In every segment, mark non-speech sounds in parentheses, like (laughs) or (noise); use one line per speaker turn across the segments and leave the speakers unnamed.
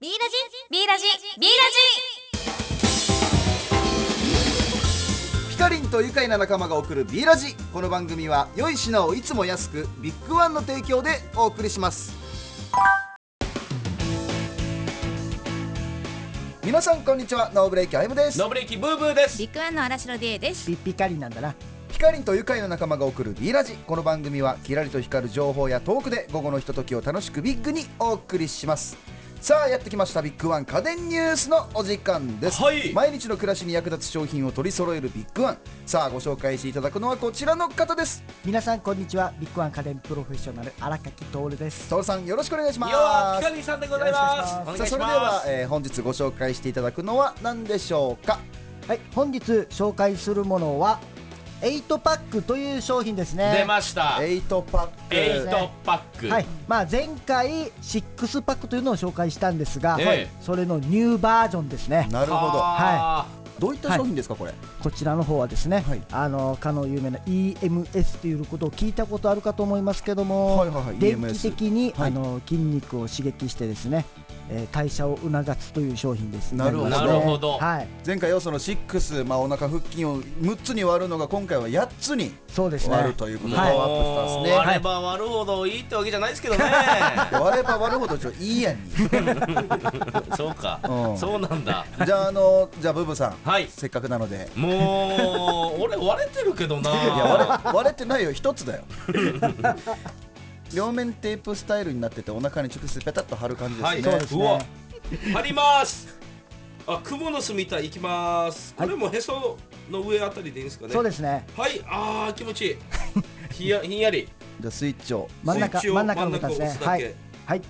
ビーラジビーラジビーラ
ピカリンと愉快な仲間が送るビーラジこの番組は良い品をいつも安くビッグワンの提供でお送りします皆さんこんにちはノーブレーキあゆむです
ノブレーキブーブーです
ジビッグワンの荒城デイです
ピッピカリンなんだな
ピカリンと愉快な仲間が送るビーラジこの番組はキラリと光る情報やトークで午後のひとときを楽しくビッグにお送りしますさあやってきましたビッグワン家電ニュースのお時間です、
はい
毎日の暮らしに役立つ商品を取り揃えるビッグワンさあご紹介していただくのはこちらの方です
皆さんこんにちはビッグワン家電プロフェッショナル荒垣徹です
トさんよろしくお願いしま
よ
す
ーピカリンさんでございます
よ
お
さあ
願いします
それでは、えー本日ご紹介していただくのは何でしょうか
はい本日紹介するものは8パックという商品ですね
出ました
8パ
エイ
ック
8
トパック、
はいまあ、前回6パックというのを紹介したんですが、
ええ
はいそれのニューバージョンですね
なるほど
は
どういった商品ですかこれ
こちらの方はですね、
はい
あのかの有名な EMS ということを聞いたことあるかと思いますけども、
はいはいはい
電
EMS
気的に、
はい
あの筋肉を刺激してですね、えー代謝を促すという商品です
なるほど
ります
なる
ほど
はい
前回要素の6、まあ、お腹腹筋を6つに割るのが今回は8つに
そうですね
割るということでパ
は
ワ
い
ーアップしたんですね、
もう割れば割るほどいいってわけじゃないですけどね
割れば割るほどちょっといいやんに
そうか、
うん
そうなんだ
じゃああのじゃあブブさん、
はい
せっかくなので
もう俺割れてるけどない
や割れ割れてないよ一つだよ両面テープスタイルになっててお腹に直接ペタッと貼る感じです
は
ね、
い、
そうですね
わ貼りますあ蜘蛛の巣みたい行きますこれもへその上あたりでいいんですかね
そうですね
はいあー気持ちいいひやひんやり
じゃあスイッチを
真ん中
スイッチを
真ん中の方です
真
ね
ん中を押すだ
は
け
い、はい、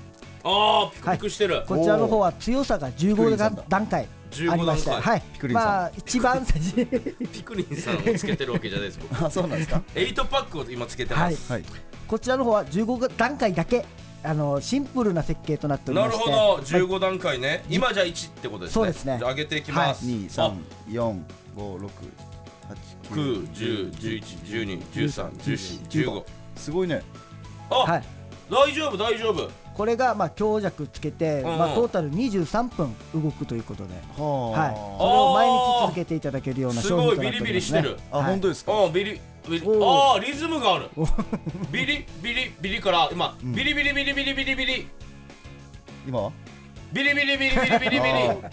あーピクピクしてる、
こちらの方は強さが15
おー
段階ありまし
15
て
段階
はい
ピクリンさん
まあ一番 (laughs) 最初に
ピクリンさんをつけてるわけじゃないです僕
あ (laughs) そうなんですか
8パックを今つけてます、
はい
こちらの方は15段階だけあのシンプルな設計となっており
な
ま
る
して
ほど15段階ね今じゃあ1ってことですね
そうですね
じゃあ上げていきます、
二
あ
三四五六八
9、
九
10、11、12、13、14、15
すごいね
あ、
はい
大丈夫大丈夫
これがまあ強弱つけて、
うんうん
まあ、トータル23分動くということで、
はあ、
はい、
あ
それを毎日続けていただけるような
す
商品
ごい
とな
ビ
っ
リ
てお
ビリ
りま
し
す
て
ね。
る
あ本当ですか
うんビリビリ
お
あーリズムがあるビリビリビリから今ビリビリビリビリビリビリ
今は
ビリビリビリビリビリビリ
あー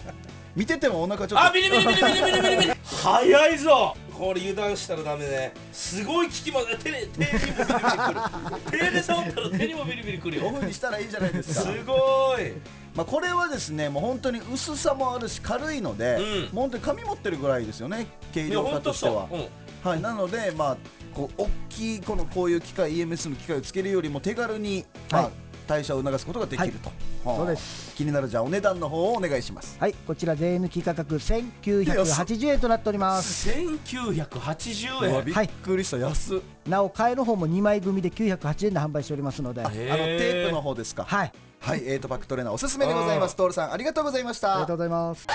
見ててもお腹ちょっと
あビリビリビリビリビリビリビリ早いぞこれ油断したらダメねすごい効きます手に手にもビリビリくる手で触ったら手にもビリビリくる
オ
よ
フにしたらいいじゃないです
す (laughs)
か
ごい
まあこれはですねもう本当に薄さもあるし軽いので、
うん
もう本当に紙持ってるぐらいですよね軽
いや
量化
本
と
当
しては
そう、うん、
はいなのでまあこう大きいこのこういう機械 EMS の機械をつけるよりも手軽に、まあ
はい
代謝を促すことができると、はあ
そうで
気になるじゃあお値段の方をお願いします
はい、こちら税抜き価格1980円となっております。
1980
うわ
円
びっくりした安っ
なお買えの方も2枚組で908円で販売しておりますので、
あ
は
あの
い、
テ
へー
ープの方ですか
あり
はい、エイトパックトレーナーおすすめでございます。トールさん、ありがとうございまし
が
た
とう。ございます。
ピ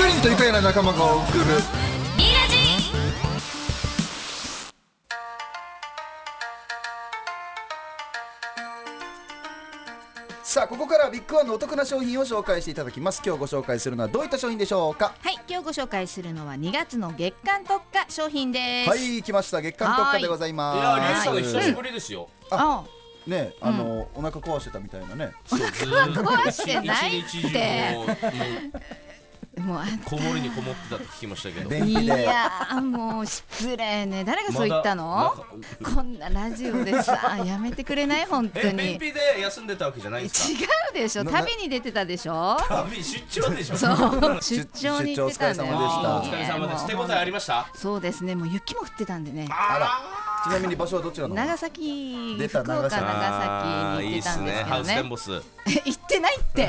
クリンと愉快な仲間が送る。
ジビーラジ
さあ、ここからはビッグワンのお得な商品を紹介していただきます。今日ご紹介するのはどういった商品でしょうか。
はい今日ご紹介するのは2月の月間特価商品です
はい、来ました。月間特価でござい
いやリュウ
ます。
さんの久しぶ
り。
りですよ
あ
ね、あの、お腹壊してたみたいなね。
ずーっと
壊してないって
一日中もうもう
もうあ
こもりにこもってたって聞きましたけど
便秘
い
で。
やーもう失礼ね誰がそう言った
まだ
のこんなラジオでさやめてくれない本当
え
に
便秘で休んでたわけじゃないんですか
違うでしょ
なな
旅に出てたでしょ
旅出張でしょ
そう
出
出張に行ってたんだよ
出張お疲れ様でした
あーお疲れ様です手応えありました
そうですねもう雪も降ってたんでね
あ
ちなみに場所はどちらの。
長崎
出
福
た
岡長
長崎
崎に行ってたんですけ
ハ
ど
ウステン
ね
ボス
行ってないって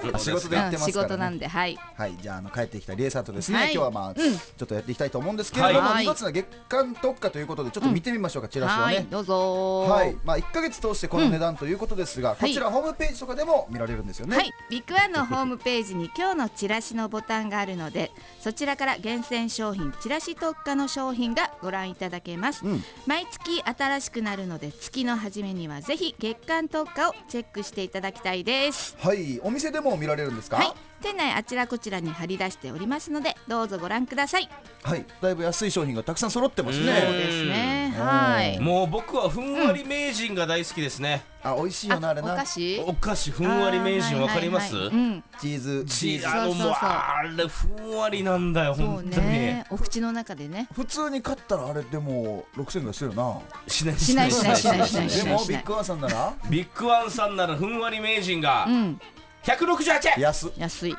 事です
仕事でやってますから、ね
仕事なんではい
はい、じゃああの帰ってきたリエさんとですね、
はい
今日はまあ、
うん
ちょっとやっていきたいと思うんですけれども、
はい
2月の月間特価ということでちょっと見てみましょうか、チラシを
は
ね
いどうぞー
はい、まあ1ヶ月通してこの値段ということですが、こちらホームページとかでも見られるんですよね。
はい、ビッグワンのホームページに今日のチラシのボタンがあるのでそちらから厳選商品チラシ特価の商品がご覧いただけます、
うん
毎月新しくなるので月の初めにはぜひ月間特価をチェックしていただきたいです
はい、お店でも見られるんですか。
はい、店内あちらこちらに貼り出しておりますのでどうぞご覧ください
はい、だいぶ安い商品がたくさん揃ってます
そう
ね。
ですね
うん
はい
もう僕はふんわり名人が大好きですね、
あ、美味しいよなあれ
お
な
菓。子
お菓子ふんわり名人わかります、
あーはいはいはいうん
チーズ。
チーズ
そうそう
あ
そう
のもうあれふんわりなんだよ
そう
本当に、
ねお口の中でね
普通に買ったらあれでも六千円ぐらいするよな。
しない
しないしないしないしない
で
しない
もビッグワンさんなら
ビッグワンさんならふんわり名人が
うん
168円
安。
安い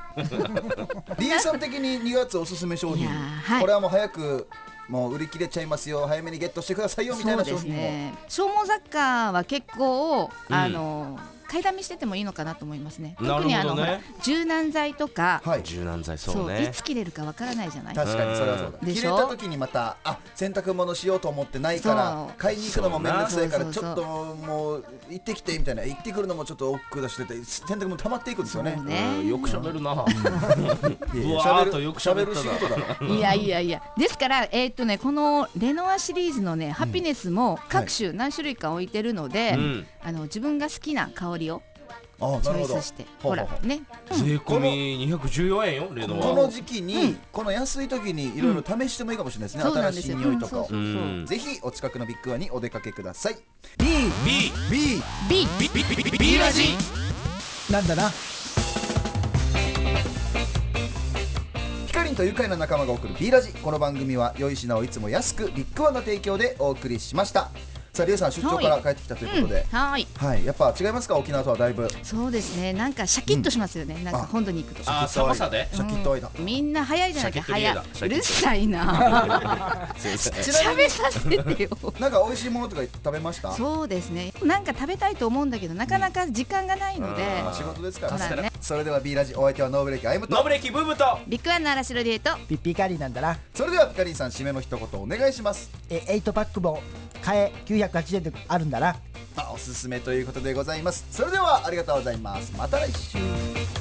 リエさん的に2月おすすめ商
い
品
やーはい
これはもう早くもう売り切れちゃいますよ早めにゲットしてくださいよみたいな商品も。
消耗雑貨は結構、
うん
あの買いだめしててもいいのかなと思いますね。
なるほどね
特にあの、ほら柔軟剤とか、
はい。
柔軟剤
そう
そうね
いつ切れるかわからないじゃない。
確かにそれはそうだ
うんで
切
し
れ
ょ
た時にまたあ洗濯物しようと思ってないか
そ
ら
う
買いに行くのも面倒くさいからち
そう
ょ
な
っともう行ってきてみたいな行ってくるのもちょっと億劫だしって洗濯物溜まっていくんですよね
そう
うん
ね。
よく喋るな
いやい
ぶ
や
わ
喋
ーっと
る
よく
喋
喋った
る
な
仕事だろ
いやいやいや、ですから、えーっとね、このレノアシリーズのね、ハピネスも各種何種類か置いてるので。
うん
あの自分が好きな香りを
あ
チ
なる
ョ
ほ
イ
ど
スして、
ほうほう
ほら
ほう
ね、
税込み214円よレノ
こ
は
の時期にこの安い時にいろいろ試してもいいかもしれないですね
そう
新
なんで
し
す
い
よ。
匂いと
うん
か
そう
を
そうそう。
うん
ぜひお近くのビッグワンにお出かけください B
B
B
B
B ラジ
なんだな
ヒカリンと愉快な仲間が送る B ラジこの番組は良い品をいつも安くビッグワンの提供でお送りしましたさあリエさん出張から
はい
帰ってきたという
う
こ
ん、
とで、
はい、
はいやっぱ違いますか沖縄とはだいぶ
そうですね。なんかシャキッとしますよね。なんか本土に行くと。
あー寒さで
シャキッと間、
みんな早いじゃなきゃ
シャキッ
早
と
い
リーダーシャキッと
うるさいな
ちなみに
喋させてよ
なんか美味しいものとか食べました
そうですねなんか食べたいと思うんだけどなかなか時間がないので
まあ仕事ですから
そうだね
それでは B ラジお相手はノーブレーキアイム
ノ
と
ブレキブームと
ビッグワンの嵐ロディエと
ピッピカリーなんだな
それではピカリンさん締めの一言お願いします
え8パックも買え980円であるんだな
まあおすすめということでございますそれではありがとうございますまた来週